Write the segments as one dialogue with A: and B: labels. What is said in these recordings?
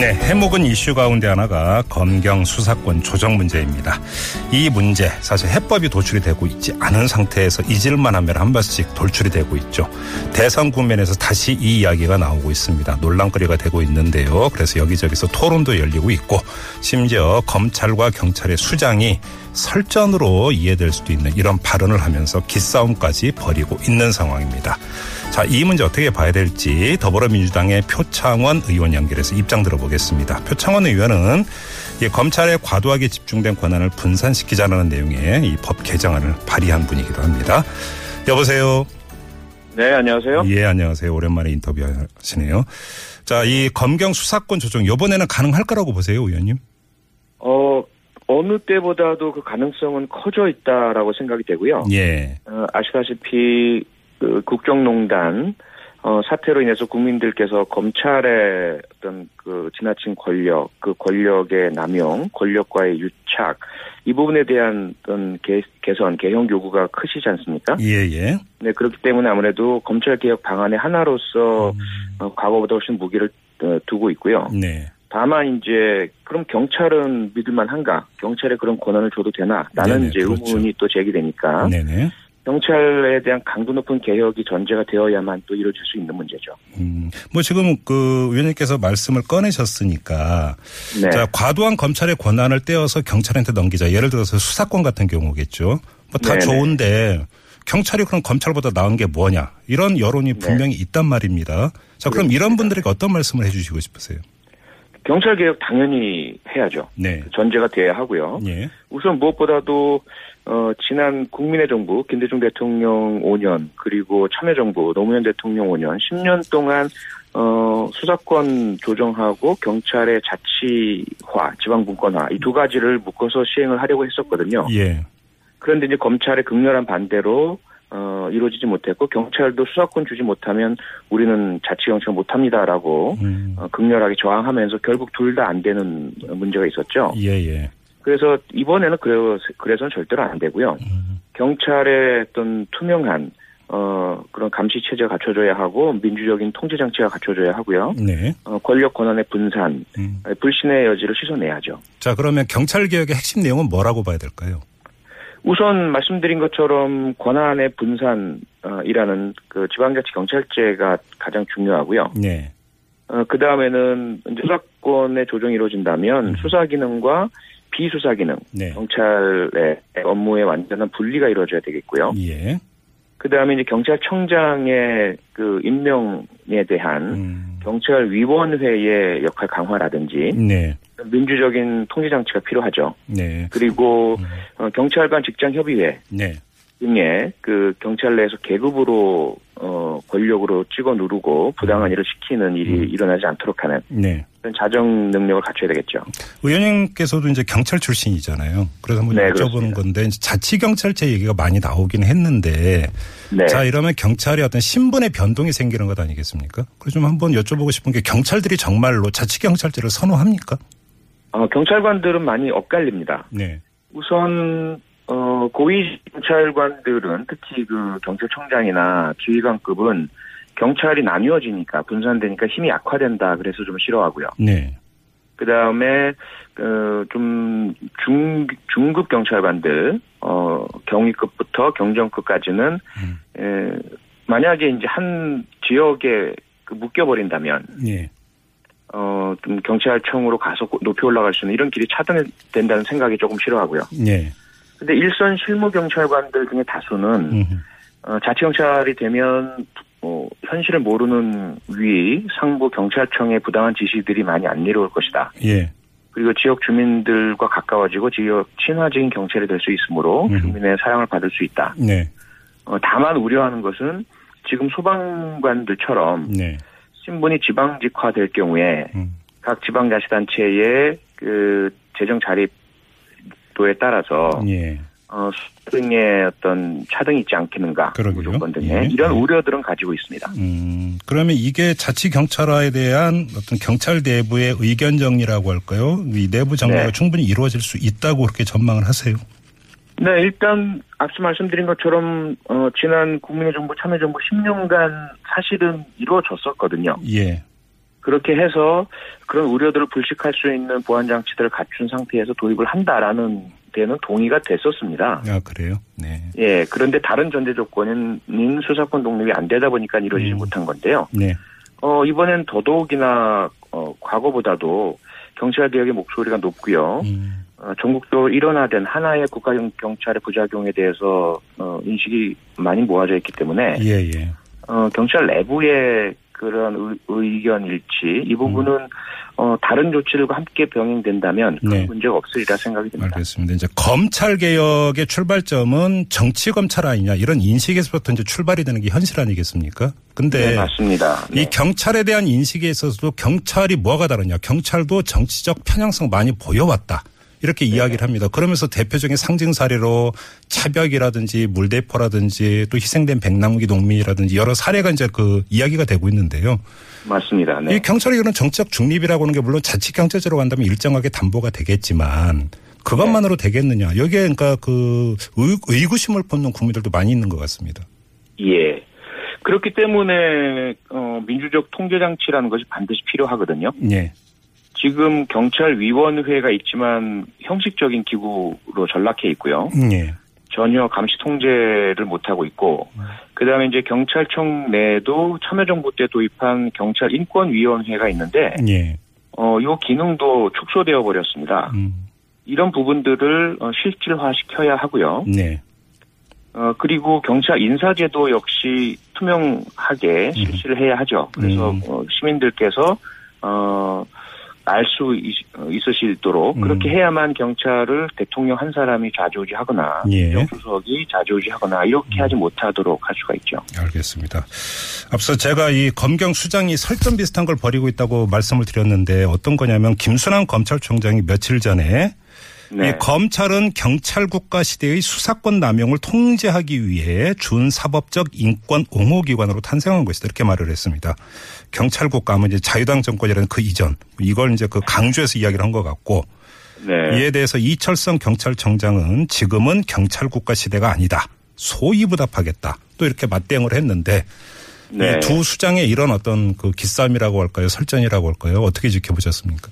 A: 네, 해묵은 이슈 가운데 하나가 검경 수사권 조정 문제입니다. 이 문제 사실 해법이 도출이 되고 있지 않은 상태에서 잊을만 하면 한 번씩 돌출이 되고 있죠. 대선 국면에서 다시 이 이야기가 나오고 있습니다. 논란거리가 되고 있는데요. 그래서 여기저기서 토론도 열리고 있고 심지어 검찰과 경찰의 수장이 설전으로 이해될 수도 있는 이런 발언을 하면서 기싸움까지 벌이고 있는 상황입니다. 자, 이 문제 어떻게 봐야 될지 더불어민주당의 표창원 의원 연결해서 입장 들어보겠습니다. 표창원 의원은 이 검찰에 과도하게 집중된 권한을 분산시키자는 내용의 이 법 개정안을 발의한 분이기도 합니다. 여보세요.
B: 네, 안녕하세요.
A: 예, 안녕하세요. 오랜만에 인터뷰하시네요. 자, 이 검경 수사권 조정 요번에는 가능할 거라고 보세요, 의원님?
B: 어, 어느 때보다도 그 가능성은 커져 있다라고 생각이 되고요.
A: 예.
B: 어, 아시다시피 그 국정농단 어, 사태로 인해서 국민들께서 검찰의 어떤 그 지나친 권력, 그 권력의 남용, 권력과의 유착 이 부분에 대한 어떤 개, 개선, 개혁 요구가 크시지 않습니까?
A: 예, 예.
B: 네, 그렇기 때문에 아무래도 검찰 개혁 방안의
A: 음.
B: 하나로서 어, 과거보다 훨씬 무기를 어, 두고 있고요.
A: 네.
B: 다만 이제 그럼 경찰은 믿을만한가? 경찰에 그런 권한을 줘도 되나? 라는
A: 네네,
B: 이제
A: 그렇죠.
B: 의문이 또 제기되니까
A: 네네.
B: 경찰에 대한 강도 높은 개혁이 전제가 되어야만 또 이루어질 수 있는 문제죠.
A: 음, 뭐 지금 그 의원님께서 말씀을 꺼내셨으니까
B: 네,
A: 자, 과도한 검찰의 권한을 떼어서 경찰한테 넘기자. 예를 들어서 수사권 같은 경우겠죠. 뭐 다
B: 네네.
A: 좋은데 경찰이 그럼 검찰보다 나은 게 뭐냐. 이런 여론이
B: 네.
A: 분명히 있단 말입니다. 자, 그럼 이런 분들에게 어떤 말씀을 해 주시고 싶으세요?
B: 경찰 개혁 당연히 해야죠.
A: 네.
B: 전제가 돼야 하고요.
A: 예.
B: 우선 무엇보다도 어, 지난 국민의 정부 김대중 대통령 5년 그리고 참여정부 노무현 대통령 5년 10년 동안 어, 수사권 조정하고 경찰의 자치화 지방분권화 이 두 가지를 묶어서 시행을 하려고 했었거든요.
A: 예.
B: 그런데 이제 검찰의 극렬한 반대로 어, 이루어지지 못했고 경찰도 수사권 주지 못하면 우리는 자치경찰 못합니다라고
A: 음.
B: 어, 극렬하게 저항하면서 결국 둘 다 안 되는 문제가 있었죠.
A: 예, 예.
B: 그래서 이번에는 그래, 그래서는 절대로 안 되고요.
A: 음.
B: 경찰의 어떤 투명한 어, 그런 감시 체제가 갖춰져야 하고 민주적인 통제 장치가 갖춰져야 하고요.
A: 네.
B: 어, 권력 권한의 분산,
A: 음.
B: 에, 불신의 여지를 씻어내야죠.
A: 자, 그러면 경찰 개혁의 핵심 내용은 뭐라고 봐야 될까요?
B: 우선 말씀드린 것처럼 권한의 분산이라는 그 지방자치 경찰제가 가장 중요하고요.
A: 네.
B: 그 다음에는 수사권의 조정이 이루어진다면 수사 기능과 비수사 기능,
A: 네.
B: 경찰의 업무의 완전한 분리가 이루어져야 되겠고요.
A: 예.
B: 그 다음에 이제 경찰청장의 그 임명에 대한
A: 음.
B: 경찰위원회의 역할 강화라든지
A: 네.
B: 민주적인 통제장치가 필요하죠.
A: 네.
B: 그리고
A: 음.
B: 어, 경찰관 직장협의회
A: 네.
B: 등의 그 경찰 내에서 계급으로 어, 권력으로 찍어 누르고
A: 음.
B: 부당한 일을 시키는 일이 일어나지 않도록 하는
A: 네.
B: 그런 자정 능력을 갖춰야 되겠죠.
A: 의원님께서도 이제 경찰 출신이잖아요. 그래서 한번
B: 네,
A: 여쭤보는
B: 그렇습니다.
A: 건데 이제 자치경찰제 얘기가 많이 나오긴 했는데
B: 네.
A: 자 이러면 경찰이 어떤 신분의 변동이 생기는 것 아니겠습니까? 그래서 좀 한번 여쭤보고 싶은 게 경찰들이 정말로 자치경찰제를 선호합니까?
B: 어, 경찰관들은 많이 엇갈립니다.
A: 네,
B: 우선 어, 고위 경찰관들은 특히 그 경찰청장이나 지휘관급은 경찰이 나뉘어지니까 분산되니까 힘이 약화된다 그래서 좀 싫어하고요.
A: 네,
B: 그 다음에 어, 그좀중 중급 경찰관들 어 경위급부터 경정급까지는
A: 음.
B: 에, 만약에 이제 한 지역에 그 묶여버린다면
A: 예,
B: 어좀 경찰청으로 가서 고- 높이 올라갈 수 있는 이런 길이 차단된다는 생각이 조금 싫어하고요.
A: 예,
B: 근데 일선 실무 경찰관들 중에 다수는
A: 음,
B: 어, 자치 경찰이 되면 어, 현실을 모르는 위 상부 경찰청의 부당한 지시들이 많이 안 내려올 것이다.
A: 예,
B: 그리고 지역 주민들과 가까워지고 지역 친화적인 경찰이 될 수 있으므로
A: 음.
B: 주민의 사랑을 받을 수 있다.
A: 네,
B: 어, 다만 우려하는 것은 지금 소방관들처럼
A: 네,
B: 신분이 지방직화될 경우에
A: 음,
B: 각 지방자치단체의 그 재정 자립도에 따라서
A: 예,
B: 어, 수 등의 어떤 차등이 있지 않겠는가
A: 그러게요.
B: 무조건 등에
A: 예.
B: 이런 우려들은 가지고 있습니다.
A: 음, 그러면 이게 자치 경찰화에 대한 어떤 경찰 내부의 의견 정리라고 할까요? 이 내부 정리가
B: 네.
A: 충분히 이루어질 수 있다고 그렇게 전망을 하세요.
B: 네, 일단 앞서 말씀드린 것처럼 어, 지난 국민의정부 참여정부 10년간 사실은 이루어졌었거든요.
A: 예.
B: 그렇게 해서 그런 우려들을 불식할 수 있는 보안 장치들을 갖춘 상태에서 도입을 한다라는 데는 동의가 됐었습니다.
A: 아, 그래요? 네.
B: 예, 그런데 다른 전제 조건인 수사권 독립이 안 되다 보니까 이루어지지
A: 음.
B: 못한 건데요.
A: 네.
B: 어, 이번엔 더더욱이나 어, 과거보다도 경찰 개혁의 목소리가 높고요.
A: 음,
B: 어, 전국적으로 일원화된 하나의 국가 경찰의 부작용에 대해서 어, 인식이 많이 모아져 있기 때문에
A: 예, 예.
B: 어, 경찰 내부의 그런 의, 의견 일치 이 부분은 어, 다른 조치들과 함께 병행된다면 큰
A: 네.
B: 문제가 없으리라 생각이 듭니다.
A: 알겠습니다. 이제 검찰 개혁의 출발점은 정치 검찰 아니냐 이런 인식에서부터 이제 출발이 되는 게 현실 아니겠습니까? 근데
B: 네, 맞습니다.
A: 이
B: 네.
A: 경찰에 대한 인식에 있어서도 경찰이 뭐가 다르냐. 경찰도 정치적 편향성 많이 보여왔다. 이렇게 이야기를 합니다. 그러면서 대표적인 상징 사례로 차벽이라든지 물대포라든지 또 희생된 백남기 농민이라든지 여러 사례가 이제 그 이야기가 되고 있는데요.
B: 맞습니다.
A: 이
B: 네.
A: 경찰이 그런 정치적 중립이라고 하는 게 물론 자치경제제로 간다면 일정하게 담보가 되겠지만 그것만으로 되겠느냐. 여기에 그러니까 그 의- 의구심을 품는 국민들도 많이 있는 것 같습니다.
B: 예. 그렇기 때문에 어, 민주적 통제 장치라는 것이 반드시 필요하거든요.
A: 예.
B: 지금 경찰위원회가 있지만 형식적인 기구로 전락해 있고요.
A: 예.
B: 전혀 감시 통제를 못하고 있고, 그 다음에 이제 경찰청 내도 참여정부 때 도입한 경찰 인권위원회가 있는데,
A: 예.
B: 어, 요 기능도 축소되어 버렸습니다.
A: 음.
B: 이런 부분들을 어, 실질화 시켜야 하고요.
A: 네.
B: 어, 그리고 경찰 인사제도 역시 투명하게 실시를 해야 하죠. 그래서
A: 음.
B: 어, 시민들께서 어, 알 수 어, 있으시도록
A: 음.
B: 그렇게 해야만 경찰을 대통령 한 사람이 좌지우지하거나
A: 예. 음.
B: 정수석이 좌지우지하거나 이렇게 하지 못하도록 할 수가 있죠.
A: 알겠습니다. 앞서 제가 이 검경 수장이 설전 비슷한 걸 벌이고 있다고 말씀을 드렸는데 어떤 거냐면 김순환 검찰총장이 며칠 전에 이
B: 네,
A: 검찰은 경찰 국가 시대의 수사권 남용을 통제하기 위해 준사법적 인권 옹호 기관으로 탄생한 것이다 이렇게 말을 했습니다. 경찰 국가 하면 이제 자유당 정권이라는 그 이전 이걸 이제 그 강조해서 이야기를 한 것 같고
B: 네,
A: 이에 대해서 이철성 경찰청장은 지금은 경찰국가 시대가 아니다. 소위 부답하겠다. 또 이렇게 맞대응을 했는데
B: 네.
A: 이두 예, 수장의 이런 어떤 그 기싸움이라고 할까요? 설전이라고 할까요? 어떻게 지켜보셨습니까?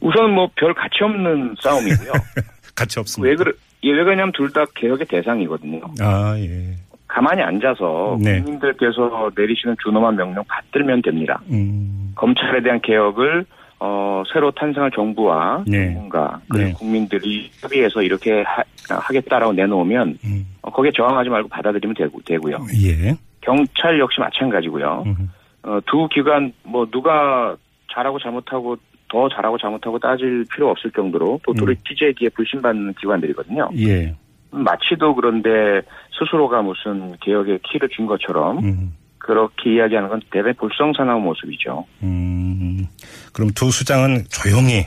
B: 우선 뭐 별 가치 없는 싸움이고요.
A: 음. 같이 없습니다.
B: 왜 그러 예, 왜 그러냐면 둘 다 개혁의 대상이거든요.
A: 아 예.
B: 가만히 앉아서
A: 네.
B: 국민들께서 내리시는 준엄한 명령 받들면 됩니다.
A: 음.
B: 검찰에 대한 개혁을 어, 새로 탄생할 정부와
A: 네.
B: 뭔가 그리고
A: 네.
B: 국민들이 협의해서 이렇게 하, 겠다라고 내놓으면
A: 음.
B: 어, 거기에 저항하지 말고 받아들이면 되고, 되고요.
A: 예.
B: 경찰 역시 마찬가지고요.
A: 음.
B: 어, 두 기관 뭐 누가 잘하고 잘못하고 더 잘하고 잘못하고 따질 필요 없을 정도로
A: 음.
B: 또 도리 피제기에 불신받는 기관들이거든요.
A: 예.
B: 마치도 그런데 스스로가 무슨 개혁의 키를 준 것처럼
A: 음.
B: 그렇게 이야기하는 건 대단히 불성사나운 모습이죠.
A: 음. 그럼 두 수장은 조용히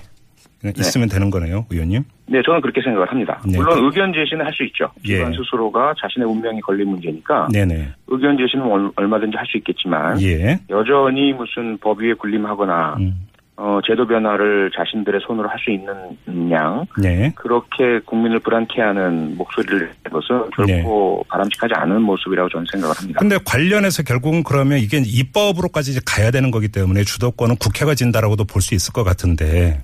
A: 그냥
B: 네.
A: 있으면 되는 거네요, 의원님.
B: 네, 저는 그렇게 생각을 합니다.
A: 네.
B: 물론 의견 제시는 할 수 있죠.
A: 예.
B: 기관 스스로가 자신의 운명이 걸린 문제니까
A: 네네.
B: 의견 제시는 얼- 얼마든지 할 수 있겠지만
A: 예.
B: 여전히 무슨 법 위에 군림하거나
A: 음.
B: 어, 제도 변화를 자신들의 손으로 할 수 있는 양
A: 네.
B: 그렇게 국민을 불안케하는 목소리를 낸 것은 결코
A: 네.
B: 바람직하지 않은 모습이라고 저는 생각을 합니다.
A: 근데 관련해서 결국은 그러면 이게 이제 입법으로까지 이제 가야 되는 거기 때문에 주도권은 국회가 진다라고도 볼 수 있을 것 같은데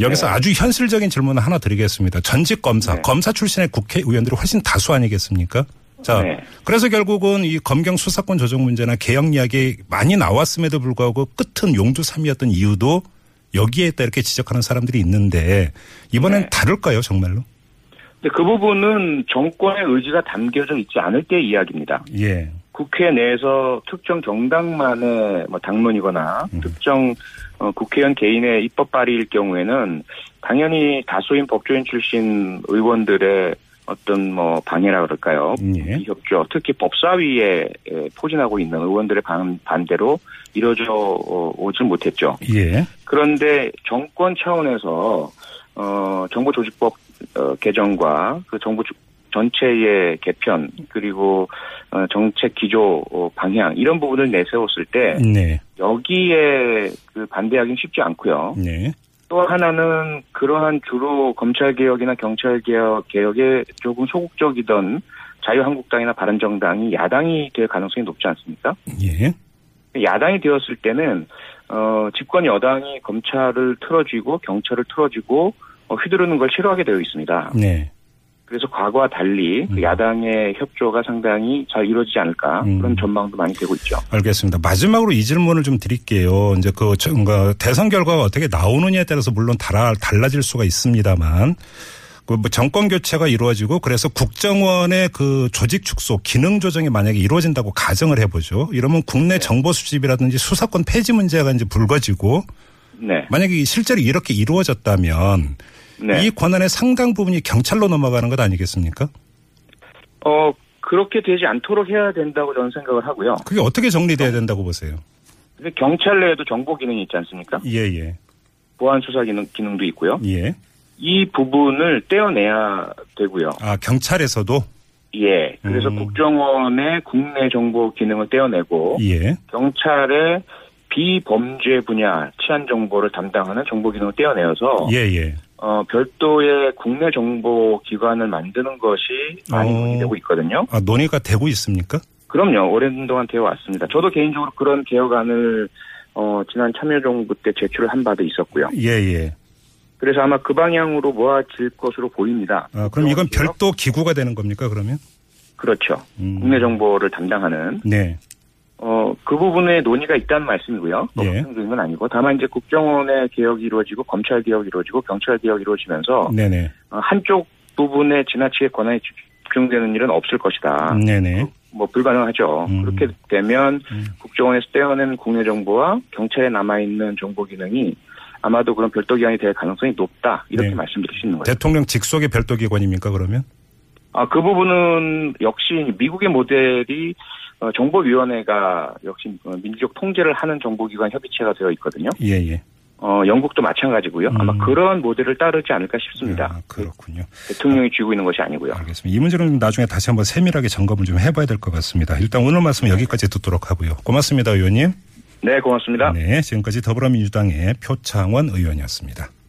A: 여기서 아주 현실적인 질문을 하나 드리겠습니다. 전직 검사,
B: 네.
A: 검사 출신의 국회의원들이 훨씬 다수 아니겠습니까? 자,
B: 네.
A: 그래서 결국은 이 검경 수사권 조정 문제나 개혁 이야기 많이 나왔음에도 불구하고 끝은 용두삼이었던 이유도 여기에 있다 이렇게 지적하는 사람들이 있는데 이번엔
B: 네.
A: 다를까요, 정말로?
B: 근데 그 부분은 정권의 의지가 담겨져 있지 않을 때의 이야기입니다.
A: 예.
B: 국회 내에서 특정 정당만의 뭐 당론이거나 특정 어, 국회의원 개인의 입법 발의일 경우에는 당연히 다수인 법조인 출신 의원들의 어떤 뭐 방해라 그럴까요?
A: 예.
B: 비협조 특히 법사위에 에, 포진하고 있는 의원들의 반, 반대로 이루어져 어, 오질 못했죠.
A: 예.
B: 그런데 정권 차원에서 어, 정보조직법 어, 개정과 그 정부 주- 전체의 개편 그리고 어, 정책 기조 어, 방향 이런 부분을 내세웠을 때
A: 네.
B: 여기에 그 반대하기는 쉽지 않고요.
A: 네.
B: 또 하나는 그러한 주로 검찰 개혁이나 경찰 개혁 개혁에 조금 소극적이던 자유한국당이나 바른정당이 야당이 될 가능성이 높지 않습니까?
A: 예.
B: 야당이 되었을 때는 어, 집권 여당이 검찰을 틀어쥐고 경찰을 틀어쥐고 어, 휘두르는 걸 싫어하게 되어 있습니다.
A: 네.
B: 그래서 과거와 달리 그
A: 음.
B: 야당의 협조가 상당히 잘 이루어지지 않을까
A: 음.
B: 그런 전망도 많이 되고 있죠.
A: 알겠습니다. 마지막으로 이 질문을 좀 드릴게요. 이제 그, 저, 뭔가 대선 결과가 어떻게 나오느냐에 따라서 물론 달아, 달라질 수가 있습니다만 그뭐 정권 교체가 이루어지고 그래서 국정원의 그 조직 축소, 기능 조정이 만약에 이루어진다고 가정을 해보죠. 이러면 국내 정보 수집이라든지 수사권 폐지 문제가 이제 불거지고
B: 네,
A: 만약에 실제로 이렇게 이루어졌다면
B: 네.
A: 이 권한의 상당 부분이 경찰로 넘어가는 것 아니겠습니까?
B: 어 그렇게 되지 않도록 해야 된다고 저는 생각을 하고요.
A: 그게 어떻게 정리돼야 된다고 보세요?
B: 근데 경찰 내에도 정보 기능이 있지 않습니까?
A: 예, 예,
B: 보안 수사 기능 기능도 있고요.
A: 예.
B: 이 부분을 떼어내야 되고요.
A: 아 경찰에서도
B: 예, 그래서
A: 음.
B: 국정원의 국내 정보 기능을 떼어내고
A: 예,
B: 경찰의 비범죄 분야 치안 정보를 담당하는 정보 기능을 떼어내어서
A: 예, 예.
B: 어, 별도의 국내 정보 기관을 만드는 것이 많이
A: 어.
B: 논의되고 있거든요.
A: 아 논의가 되고 있습니까?
B: 그럼요. 오랜 동안 되어 왔습니다. 저도 개인적으로 그런 개혁안을 어, 지난 참여정부 때 제출을 한 바도 있었고요.
A: 예, 예.
B: 그래서 아마 그 방향으로 모아질 것으로 보입니다.
A: 아, 그럼 이건
B: 개혁?
A: 별도 기구가 되는 겁니까 그러면?
B: 그렇죠.
A: 음.
B: 국내 정보를 담당하는
A: 네,
B: 어, 그 부분에 논의가 있다는 말씀이고요. 뭐
A: 예.
B: 확정 중인 건 아니고 다만 이제 국정원의 개혁이 이루어지고 검찰 개혁이 이루어지고 경찰 개혁이 이루어지면서
A: 네, 네,
B: 어, 한쪽 부분에 지나치게 권한이 집중되는 일은 없을 것이다.
A: 네, 네.
B: 뭐 불가능하죠.
A: 음.
B: 그렇게 되면
A: 음.
B: 국정원에서 떼어낸 국내 정보와 경찰에 남아 있는 정보 기능이 아마도 그런 별도 기관이 될 가능성이 높다 이렇게
A: 네.
B: 말씀드릴 수 있는 거예요.
A: 대통령 직속의 별도 기관입니까 그러면?
B: 아 그 부분은 역시 미국의 모델이 어, 정보위원회가 역시 어, 민족 통제를 하는 정보기관 협의체가 되어 있거든요.
A: 예, 예.
B: 어, 영국도 마찬가지고요. 아마
A: 음.
B: 그런 모델을 따르지 않을까 싶습니다.
A: 아, 그렇군요.
B: 대통령이 쥐고 있는 것이 아니고요.
A: 알겠습니다. 이 문제는 나중에 다시 한번 세밀하게 점검을 좀 해봐야 될 것 같습니다. 일단 오늘 말씀 여기까지 듣도록 하고요. 고맙습니다, 의원님.
B: 네, 고맙습니다.
A: 네, 지금까지 더불어민주당의 표창원 의원이었습니다.